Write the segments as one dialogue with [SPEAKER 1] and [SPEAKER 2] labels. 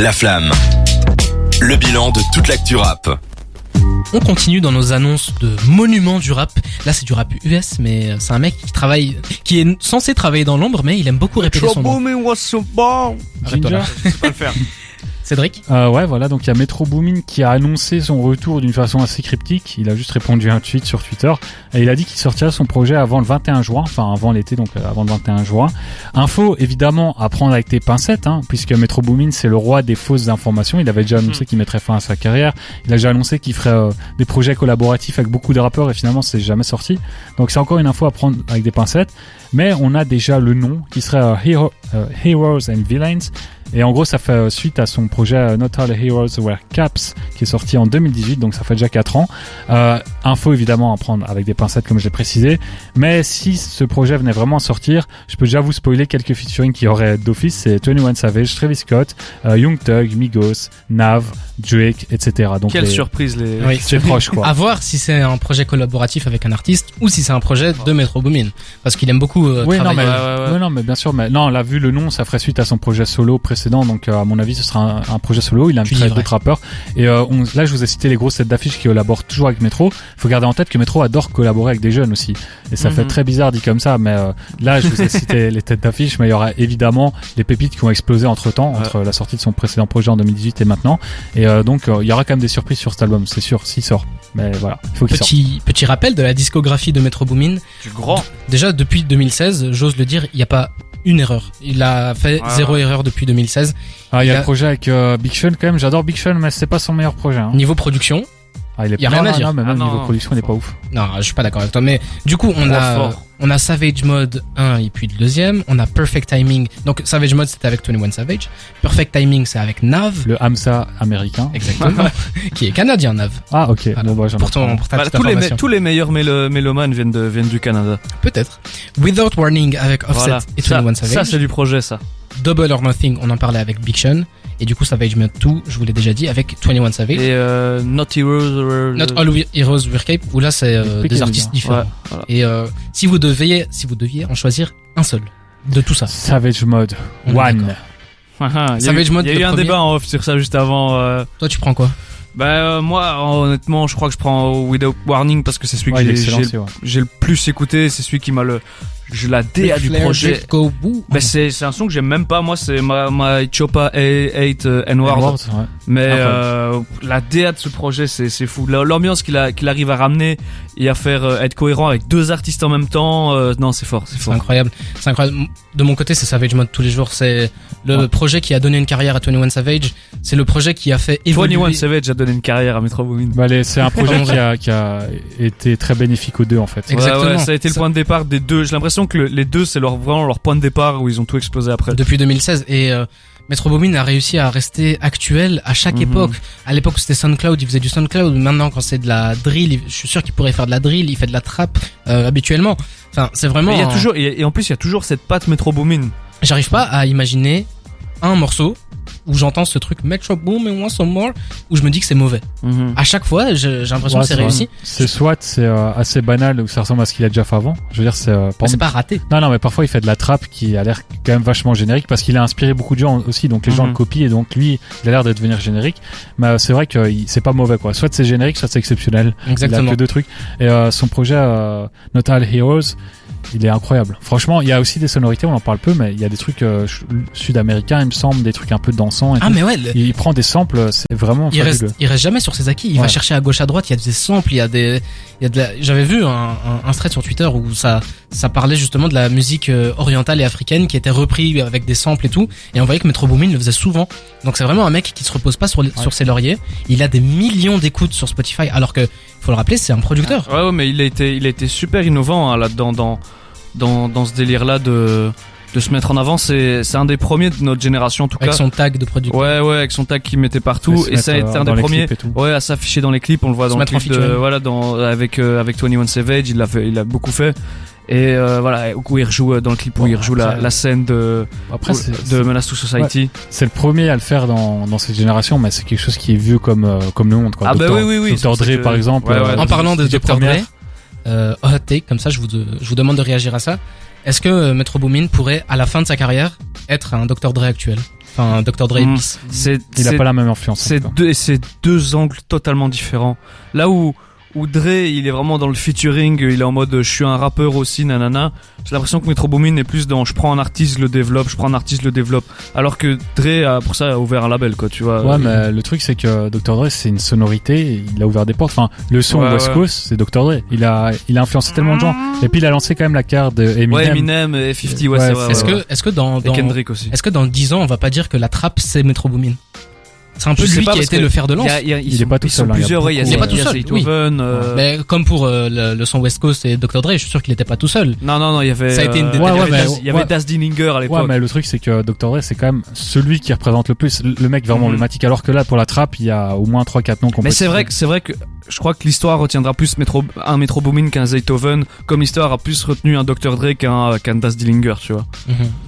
[SPEAKER 1] La flamme. Le bilan de toute l'actu rap.
[SPEAKER 2] On continue dans nos annonces de monuments du rap. Là, c'est du rap US, mais euh, c'est un mec qui travaille, qui est censé travailler dans l'ombre, mais il aime beaucoup répéter son nom.
[SPEAKER 3] Trouble me was so bomb.
[SPEAKER 2] Arrête-toi là.
[SPEAKER 3] Je sais pas le faire.
[SPEAKER 2] Cédric
[SPEAKER 4] Euh, ouais, voilà, donc il y a Metro Boomin qui a annoncé son retour d'une façon assez cryptique. Il a juste répondu à un tweet sur Twitter et il a dit qu'il sortira son projet avant le 21 juin, enfin avant l'été, donc euh, avant le 21 juin. Info, évidemment, à prendre avec tes pincettes, hein, puisque Metro Boomin, c'est le roi des fausses informations. Il avait déjà annoncé qu'il mettrait fin à sa carrière. Il a déjà annoncé qu'il ferait euh, des projets collaboratifs avec beaucoup de rappeurs et finalement, c'est jamais sorti. Donc c'est encore une info à prendre avec des pincettes. Mais on a déjà le nom qui serait euh, Hero- euh, Heroes and Villains. Et en gros, ça fait euh, suite à son projet euh, Not All Heroes Wear Caps, qui est sorti en 2018, donc ça fait déjà 4 ans. Euh, info évidemment à prendre avec des pincettes, comme j'ai précisé. Mais si ce projet venait vraiment à sortir, je peux déjà vous spoiler quelques featuring qu'il y aurait d'office. C'est 21 Savage, Travis Scott, euh, Young Thug, Migos, Nav, Drake, etc. Donc
[SPEAKER 3] Quelle
[SPEAKER 4] les-
[SPEAKER 3] surprise les.
[SPEAKER 2] Oui.
[SPEAKER 4] c'est proche quoi.
[SPEAKER 2] À voir si c'est un projet collaboratif avec un artiste ou si c'est un projet de Metro Boomin, parce qu'il aime beaucoup euh,
[SPEAKER 4] Oui, non,
[SPEAKER 2] travailler.
[SPEAKER 4] mais,
[SPEAKER 3] Ouais, ouais, ouais.
[SPEAKER 4] oui, non, mais bien sûr, mais non, là, vu le nom, ça ferait suite à son projet solo précédent, donc euh, à mon avis, ce sera un, un projet solo. Il
[SPEAKER 2] dis
[SPEAKER 4] inviterait
[SPEAKER 2] vrai.
[SPEAKER 4] d'autres rappeurs. Et euh, on- là, je vous ai cité les grosses têtes d'affiche qui collaborent toujours avec Metro. Faut garder en tête que Metro adore collaborer avec des jeunes aussi. Et ça
[SPEAKER 3] Mhm.
[SPEAKER 4] fait très bizarre dit comme ça, mais euh, là, je vous ai cité les têtes d'affiche, mais il y aura évidemment les pépites qui ont explosé entre temps, entre la sortie de son précédent projet en 2018 et maintenant. Et euh, donc, euh, il y aura quand même des surprises sur cet album, c'est sûr, s'il sort. Mais voilà, il faut qu'il sorte.
[SPEAKER 2] Petit, petit rappel de la discographie de Metro Boomin.
[SPEAKER 3] Du grand.
[SPEAKER 2] Déjà, depuis 2016, j'ose le dire, il n'y a pas une erreur. Il a fait
[SPEAKER 3] Ouais.
[SPEAKER 2] zéro erreur depuis 2016.
[SPEAKER 4] Ah, il y
[SPEAKER 2] Il
[SPEAKER 4] a
[SPEAKER 2] a-
[SPEAKER 4] le projet avec euh, Big Sean quand même. J'adore Big Sean, mais c'est pas son meilleur projet. Hein.
[SPEAKER 2] Niveau production,
[SPEAKER 4] Ah, il est
[SPEAKER 2] Y a
[SPEAKER 4] non,
[SPEAKER 2] rien à
[SPEAKER 4] non,
[SPEAKER 2] dire.
[SPEAKER 4] non, mais
[SPEAKER 3] Ah
[SPEAKER 4] même
[SPEAKER 3] non,
[SPEAKER 4] niveau production, il est pas ouf.
[SPEAKER 2] Non, je suis pas d'accord avec toi, mais du coup, on
[SPEAKER 3] Trop
[SPEAKER 2] a,
[SPEAKER 3] fort.
[SPEAKER 2] on a Savage Mode 1 et puis le deuxième, on a Perfect Timing. Donc, Savage Mode, c'était avec 21 Savage. Perfect Timing, c'est avec Nav.
[SPEAKER 4] Le Hamza américain.
[SPEAKER 2] Exactement. qui est canadien, Nav.
[SPEAKER 4] Ah, ok.
[SPEAKER 2] Voilà.
[SPEAKER 4] Bon, bah, j'en ai
[SPEAKER 2] Pour ton,
[SPEAKER 4] pas.
[SPEAKER 2] pour ta
[SPEAKER 3] Bah,
[SPEAKER 2] petite
[SPEAKER 3] tous, les,
[SPEAKER 2] information.
[SPEAKER 3] me- tous les meilleurs mélo- mélomanes viennent, de, viennent du Canada.
[SPEAKER 2] Peut-être. Without Warning avec Offset
[SPEAKER 3] Voilà.
[SPEAKER 2] et
[SPEAKER 3] Ça,
[SPEAKER 2] 21
[SPEAKER 3] ça,
[SPEAKER 2] Savage.
[SPEAKER 3] c'est du projet, ça.
[SPEAKER 2] Double or Nothing, on en parlait avec Big Sean. Et du coup, Savage Mode 2, je vous l'ai déjà dit, avec 21 Savage.
[SPEAKER 3] Et euh, Not Heroes. euh,
[SPEAKER 2] Not All We- Heroes Wear Cape, où là, c'est euh,
[SPEAKER 4] Expliquez-le
[SPEAKER 2] des
[SPEAKER 4] bien.
[SPEAKER 2] artistes différents.
[SPEAKER 3] Ouais, voilà.
[SPEAKER 2] Et euh, si vous deviez, si vous deviez en choisir un seul de tout ça.
[SPEAKER 4] Savage Mode.
[SPEAKER 2] On est
[SPEAKER 4] One.
[SPEAKER 3] Ah, Il y a eu,
[SPEAKER 2] Savage Mode,
[SPEAKER 3] il y a
[SPEAKER 2] le
[SPEAKER 3] eu un
[SPEAKER 2] premier.
[SPEAKER 3] débat en off sur ça juste avant. euh,
[SPEAKER 2] Toi, tu prends quoi
[SPEAKER 3] Bah, euh, moi, honnêtement, je crois que je prends Without Warning parce que c'est celui
[SPEAKER 4] Ouais, il
[SPEAKER 3] que
[SPEAKER 4] est
[SPEAKER 3] j'ai-
[SPEAKER 4] excellent,
[SPEAKER 3] j'ai
[SPEAKER 4] c'est, ouais.
[SPEAKER 3] j'ai le plus écouté, c'est celui qui m'a le. Je la DA
[SPEAKER 2] Ric
[SPEAKER 3] du
[SPEAKER 2] Flair,
[SPEAKER 3] projet.
[SPEAKER 2] Jusqu'au bout.
[SPEAKER 3] Bah, c'est c'est un son que j'aime même pas, moi, c'est ma, ma Chopa 8 euh, N-Word.
[SPEAKER 4] Edward, ouais.
[SPEAKER 3] Mais
[SPEAKER 4] Incroyable.
[SPEAKER 2] Ah,
[SPEAKER 3] euh, la DA de ce projet, c'est c'est fou. La- L'ambiance qu'il a- qu'il arrive à ramener et à faire euh, être cohérent avec deux artistes en même temps, euh, non, c'est fort, c'est
[SPEAKER 2] C'est
[SPEAKER 3] fort.
[SPEAKER 2] incroyable. C'est incroyable. De mon côté, c'est Savage Mode tous les jours. C'est le
[SPEAKER 4] Ouais.
[SPEAKER 2] projet qui a donné une carrière à 21 Savage. C'est le projet qui a fait évoluer.
[SPEAKER 3] 21 Savage a donné une carrière à Metro Boomin.
[SPEAKER 4] Bah, les- c'est un projet
[SPEAKER 2] Pardon,
[SPEAKER 4] qui a, qui a été très bénéfique aux deux, en fait.
[SPEAKER 2] Et- Exactement.
[SPEAKER 3] Ouais, ouais, ça a été le
[SPEAKER 2] Ça-
[SPEAKER 3] point de départ des deux. J'ai l'impression que le- les deux, c'est leur, vraiment leur point de départ où ils ont tout explosé après.
[SPEAKER 2] depuis 2016 et euh, Metro Boomin a réussi à rester actuel à chaque
[SPEAKER 3] Mhm.
[SPEAKER 2] époque. À l'époque où c'était SoundCloud, il faisait du SoundCloud. Maintenant, quand c'est de la drill, il- je suis sûr qu'il pourrait faire de la drill. Il fait de la trap euh, habituellement. Enfin, c'est vraiment.
[SPEAKER 3] Mais il y a
[SPEAKER 2] un-
[SPEAKER 3] toujours, et et en plus, il y a toujours cette patte Metro Boomin.
[SPEAKER 2] J'arrive pas à imaginer un morceau où j'entends ce truc Metro Boom and Want Some More où je me dis que c'est mauvais. À chaque fois, je- j'ai l'impression
[SPEAKER 4] Ouais,
[SPEAKER 2] que c'est
[SPEAKER 4] c'est
[SPEAKER 2] réussi.
[SPEAKER 4] C'est soit, c'est euh, assez banal, ou ça ressemble à ce qu'il a déjà fait avant. Je veux dire, c'est, euh, par
[SPEAKER 2] Mais c'est
[SPEAKER 4] exemple-
[SPEAKER 2] pas raté.
[SPEAKER 4] Non, non, mais parfois il fait de la trappe qui a l'air quand même vachement générique parce qu'il a inspiré beaucoup de gens aussi, donc les gens
[SPEAKER 3] Mhm.
[SPEAKER 4] le copient et donc lui, il a l'air de devenir générique. Mais euh, c'est vrai que euh, il- c'est pas mauvais quoi. Soit c'est générique, soit c'est exceptionnel. Il a
[SPEAKER 2] Exactement.
[SPEAKER 4] que deux trucs. Et euh, son projet euh, Notal Heroes, il est incroyable. Franchement, il y a aussi des sonorités, on en parle peu, mais il y a des trucs euh, ch- sud-américains, il me semble, des trucs un peu dansants. Et
[SPEAKER 2] Ah
[SPEAKER 4] tout.
[SPEAKER 2] mais ouais, le-
[SPEAKER 4] Il prend des samples, c'est vraiment
[SPEAKER 2] il reste,
[SPEAKER 4] fabuleux.
[SPEAKER 2] il reste jamais sur ses acquis. Il va
[SPEAKER 4] Ouais.
[SPEAKER 2] chercher à gauche, à droite. Il y a des samples, il y a des, il y a de la. J'avais vu un, un, un thread sur Twitter où ça, ça parlait justement de la musique euh, orientale et africaine qui était repris avec des samples et tout. Et on voyait que Metro Boomin le faisait souvent. Donc c'est vraiment un mec qui se repose pas sur, les- sur ses lauriers. Il a des millions d'écoutes sur Spotify, alors que faut le rappeler, c'est un producteur.
[SPEAKER 3] Ouais, ouais, mais il a été, il a été super innovant hein, là-dedans, dans, dans, dans ce délire-là de, de se mettre en avant. C'est, c'est un des premiers de notre génération, en tout
[SPEAKER 2] Avec
[SPEAKER 3] cas.
[SPEAKER 2] son tag de producteur.
[SPEAKER 3] Ouais, ouais, avec son tag qu'il mettait partout.
[SPEAKER 4] se
[SPEAKER 3] Et ça a
[SPEAKER 4] mettre,
[SPEAKER 3] été
[SPEAKER 4] euh,
[SPEAKER 3] un
[SPEAKER 4] dans
[SPEAKER 3] des
[SPEAKER 4] les
[SPEAKER 3] premiers.
[SPEAKER 4] clips et tout.
[SPEAKER 3] Ouais, à s'afficher dans les clips, on le voit
[SPEAKER 2] Se
[SPEAKER 3] dans le
[SPEAKER 2] mettre en
[SPEAKER 3] clip de,
[SPEAKER 2] featuring.
[SPEAKER 3] voilà, dans, avec, euh, avec 21 Savage, il l'a fait, il a beaucoup fait. Et euh, voilà, où il rejoue euh, dans le clip où
[SPEAKER 4] Bon,
[SPEAKER 3] il rejoue la,
[SPEAKER 4] après,
[SPEAKER 3] la scène de,
[SPEAKER 4] Après, c'est
[SPEAKER 3] de Menace to Society.
[SPEAKER 4] c'est le premier à le faire dans, dans cette génération, mais c'est quelque chose qui est vu comme, euh, comme le monde. Quoi.
[SPEAKER 3] Ah bah
[SPEAKER 4] Dr.
[SPEAKER 3] oui, oui, oui, c'est
[SPEAKER 4] Dr.
[SPEAKER 3] pour ça
[SPEAKER 4] Dre,
[SPEAKER 3] que-
[SPEAKER 4] par exemple. euh,
[SPEAKER 3] Ouais, ouais.
[SPEAKER 2] En parlant de
[SPEAKER 4] DJ
[SPEAKER 2] Dr. Dre,
[SPEAKER 4] Première.
[SPEAKER 2] euh, hot take, comme ça, je vous, de- je vous demande de réagir à ça. Est-ce que euh, Metro Boomin pourrait, à la fin de sa carrière, être un Dr. Dre actuel Enfin, Dr. Dre
[SPEAKER 3] Mm.
[SPEAKER 2] bis.
[SPEAKER 3] C'est
[SPEAKER 4] Il a
[SPEAKER 3] c'est-
[SPEAKER 4] pas la même influence. en
[SPEAKER 3] c'est
[SPEAKER 4] tout cas.
[SPEAKER 3] deux, c'est deux angles totalement différents. Là où, où Dre, il est vraiment dans le featuring, il est en mode je suis un rappeur aussi, nanana. J'ai l'impression que Metro Boomin est plus dans je prends un artiste, je le développe, je prends un artiste, je le développe. Alors que Dre a pour ça a ouvert un label, quoi, tu vois.
[SPEAKER 4] Ouais, mais le truc, c'est que Dr. Dre, c'est une sonorité, il a ouvert des portes. Enfin, le son
[SPEAKER 3] Ouais,
[SPEAKER 4] West
[SPEAKER 3] ouais.
[SPEAKER 4] Coast, c'est Dr. Dre. Il a, il a influencé tellement de gens. Et puis, il a lancé quand même la carte de Eminem.
[SPEAKER 3] Ouais, Eminem et 50, ouais,
[SPEAKER 4] Ouais,
[SPEAKER 3] c'est vrai.
[SPEAKER 4] c'est-
[SPEAKER 2] Est-ce
[SPEAKER 3] bah ouais, ouais.
[SPEAKER 2] que, est-ce que dans,
[SPEAKER 3] Et
[SPEAKER 2] dans
[SPEAKER 3] Kendrick aussi.
[SPEAKER 2] est-ce que dans 10 ans, on va pas dire que la trappe c'est Metro Boomin C'est un peu
[SPEAKER 3] Je sais
[SPEAKER 2] lui
[SPEAKER 3] pas,
[SPEAKER 2] qui a
[SPEAKER 3] parce
[SPEAKER 2] été
[SPEAKER 3] que
[SPEAKER 2] le fer de lance.
[SPEAKER 3] Il y a- il y a- ils
[SPEAKER 4] Il est
[SPEAKER 3] sont-
[SPEAKER 4] pas tout
[SPEAKER 3] ils sont
[SPEAKER 4] seul, hein, il y a
[SPEAKER 3] plusieurs,
[SPEAKER 2] beaucoup,
[SPEAKER 3] ouais, il y a
[SPEAKER 2] euh, Il est pas tout
[SPEAKER 3] Zay
[SPEAKER 2] seul, oui.
[SPEAKER 3] Beethoven, euh,
[SPEAKER 2] Mais comme pour euh, le, le son West Coast et Dr. Dre, je suis sûr qu'il était pas tout seul.
[SPEAKER 3] Non, non, non, il y avait.
[SPEAKER 2] Ça a été une
[SPEAKER 3] euh,
[SPEAKER 2] des
[SPEAKER 3] il y
[SPEAKER 4] dernières-
[SPEAKER 3] avait Das-
[SPEAKER 4] ouais,
[SPEAKER 3] Il y avait
[SPEAKER 4] ouais.
[SPEAKER 3] Das Dillinger à
[SPEAKER 4] Ouais,
[SPEAKER 3] l'époque.
[SPEAKER 4] mais le truc, c'est que Dr. Dre, c'est quand même celui qui représente le plus, le mec vraiment
[SPEAKER 3] Mhm.
[SPEAKER 4] emblématique. Alors que là, pour la trappe, il y a au moins 3-4 noms qu'on
[SPEAKER 3] Mais
[SPEAKER 4] peut
[SPEAKER 3] c'est
[SPEAKER 4] citer.
[SPEAKER 3] vrai que c'est vrai que je crois que l'histoire retiendra plus Metro, un Metro Boomin qu'un Zaytoven, comme l'histoire a plus retenu un Dr Dre qu'un qu'un Das Dillinger, tu vois.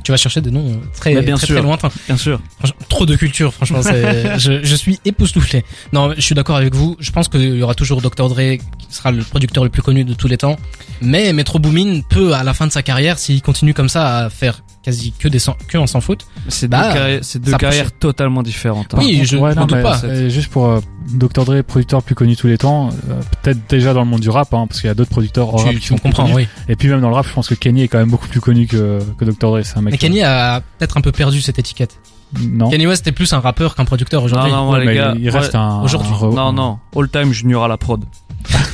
[SPEAKER 2] Tu vas chercher des noms euh, très,
[SPEAKER 3] Mmh. Mais bien
[SPEAKER 2] très,
[SPEAKER 3] sûr.
[SPEAKER 2] très lointains.
[SPEAKER 3] Bien sûr.
[SPEAKER 2] Franchement, trop de culture, franchement. c'est- je, je suis époustouflé. Non, je suis d'accord avec vous. Je pense qu'il y aura toujours Dr. Dre qui sera le producteur le plus connu de tous les temps. Mais Metro Boomin peut, à la fin de sa carrière, s'il continue comme ça à faire quasi que des sans- que en s'en fout.
[SPEAKER 3] C'est
[SPEAKER 2] Bah,
[SPEAKER 3] deux, carrières- c'est deux
[SPEAKER 2] ça
[SPEAKER 3] carrières totalement différentes. hein.
[SPEAKER 2] Oui, je- je m'en doute
[SPEAKER 4] mais,
[SPEAKER 2] pas.
[SPEAKER 4] euh, juste pour euh, Dr. Dre, producteur plus connu tous les temps, euh, peut-être déjà dans le monde du rap, hein, parce qu'il y a d'autres producteurs au rap
[SPEAKER 2] tu,
[SPEAKER 4] qui
[SPEAKER 2] tu
[SPEAKER 4] sont
[SPEAKER 2] me
[SPEAKER 4] plus
[SPEAKER 2] comprends,
[SPEAKER 4] connus.
[SPEAKER 2] oui.
[SPEAKER 4] Et puis même dans le rap, je pense que Kenny est quand même beaucoup plus connu que, que Dr. Dre. C'est un mec.
[SPEAKER 2] Mais
[SPEAKER 4] euh,
[SPEAKER 2] Kanye a peut-être un peu perdu cette étiquette.
[SPEAKER 4] Non.
[SPEAKER 2] Kanye West est plus un rappeur qu'un producteur
[SPEAKER 3] Non,
[SPEAKER 2] aujourd'hui.
[SPEAKER 3] non, moi,
[SPEAKER 4] Ouais, mais
[SPEAKER 3] Oh, les gars.
[SPEAKER 4] il reste
[SPEAKER 3] ouais.
[SPEAKER 4] un.
[SPEAKER 2] aujourd'hui.
[SPEAKER 4] un re-
[SPEAKER 3] Non, non. All time junior à la prod.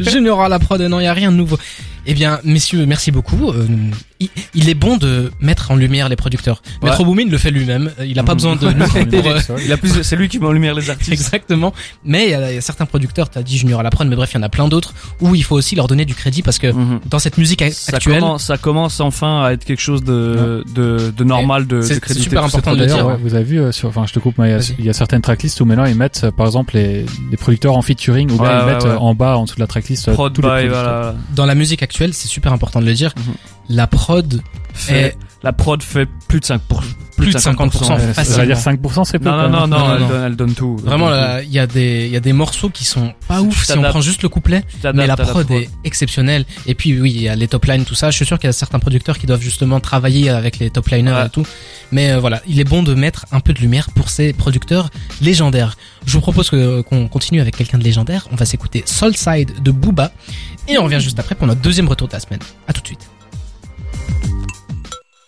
[SPEAKER 2] Junior à la prod, non, il y a rien de nouveau. Eh bien, messieurs, merci beaucoup. Euh, il, il est bon de mettre en lumière les producteurs.
[SPEAKER 3] Ouais.
[SPEAKER 2] Metro Boomin le fait lui-même. Euh, Il n'a pas
[SPEAKER 3] Mhm.
[SPEAKER 2] besoin de nous
[SPEAKER 4] C'est
[SPEAKER 2] pour, euh,
[SPEAKER 4] une-
[SPEAKER 3] Il a plus, c'est lui qui met en lumière les artistes.
[SPEAKER 2] Exactement. Mais il y, a- il y a certains producteurs, t'as dit Junior à la prod, mais bref, il y en a plein d'autres où il faut aussi leur donner du crédit parce que
[SPEAKER 3] Mhm.
[SPEAKER 2] dans cette musique ac-
[SPEAKER 3] Ça
[SPEAKER 2] actuelle,
[SPEAKER 3] commence, ça commence enfin à être quelque chose de, de, de normal, de,
[SPEAKER 2] C'est-
[SPEAKER 3] de
[SPEAKER 2] c'est
[SPEAKER 3] créditer
[SPEAKER 2] super
[SPEAKER 3] tout ça.
[SPEAKER 2] important de le dire.
[SPEAKER 4] D'ailleurs, ouais, vous avez vu, euh, sur, enfin, je te coupe, mais il y a-
[SPEAKER 2] Vas-y.
[SPEAKER 4] il y, a certaines tracklists où maintenant ils mettent, euh, par exemple, les, les producteurs en featuring, ou bien
[SPEAKER 3] Ouais,
[SPEAKER 4] ils
[SPEAKER 3] ouais,
[SPEAKER 4] mettent
[SPEAKER 3] ouais.
[SPEAKER 4] euh, en bas, en dessous de la tracklist, euh,
[SPEAKER 3] Prod
[SPEAKER 4] tous les
[SPEAKER 3] by,
[SPEAKER 4] producteurs.
[SPEAKER 3] voilà.
[SPEAKER 2] dans la musique actuelle, c'est super important de le dire,
[SPEAKER 3] Mhm.
[SPEAKER 2] la prod
[SPEAKER 3] Fait-
[SPEAKER 2] est
[SPEAKER 3] La prod fait plus de 5%.
[SPEAKER 2] plus de 50%.
[SPEAKER 4] Ouais, ça
[SPEAKER 2] facilement.
[SPEAKER 4] veut dire 5%, c'est peu.
[SPEAKER 3] Non, non,
[SPEAKER 4] quand
[SPEAKER 3] non,
[SPEAKER 4] même.
[SPEAKER 3] non,
[SPEAKER 2] Non,
[SPEAKER 3] elle,
[SPEAKER 2] non.
[SPEAKER 3] Donne, elle donne tout.
[SPEAKER 2] Vraiment,
[SPEAKER 3] Elle donne
[SPEAKER 2] là, il y, a des- il y a des morceaux qui sont pas
[SPEAKER 3] Tu
[SPEAKER 2] ouf si on
[SPEAKER 3] t'adaptes.
[SPEAKER 2] prend juste le couplet.
[SPEAKER 3] tout. Tu t'adaptes
[SPEAKER 2] Mais la
[SPEAKER 3] à
[SPEAKER 2] prod est exceptionnelle. Et puis oui, il y a les top lines, tout ça. Je suis sûr qu'il y a certains producteurs qui doivent justement travailler avec les top liners
[SPEAKER 3] Ouais.
[SPEAKER 2] et tout. Mais euh, voilà, il est bon de mettre un peu de lumière pour ces producteurs légendaires. Je vous propose que- qu'on continue avec quelqu'un de légendaire. On va s'écouter Soulside de Booba. Et on revient juste après pour notre deuxième retour de la semaine. À tout de suite.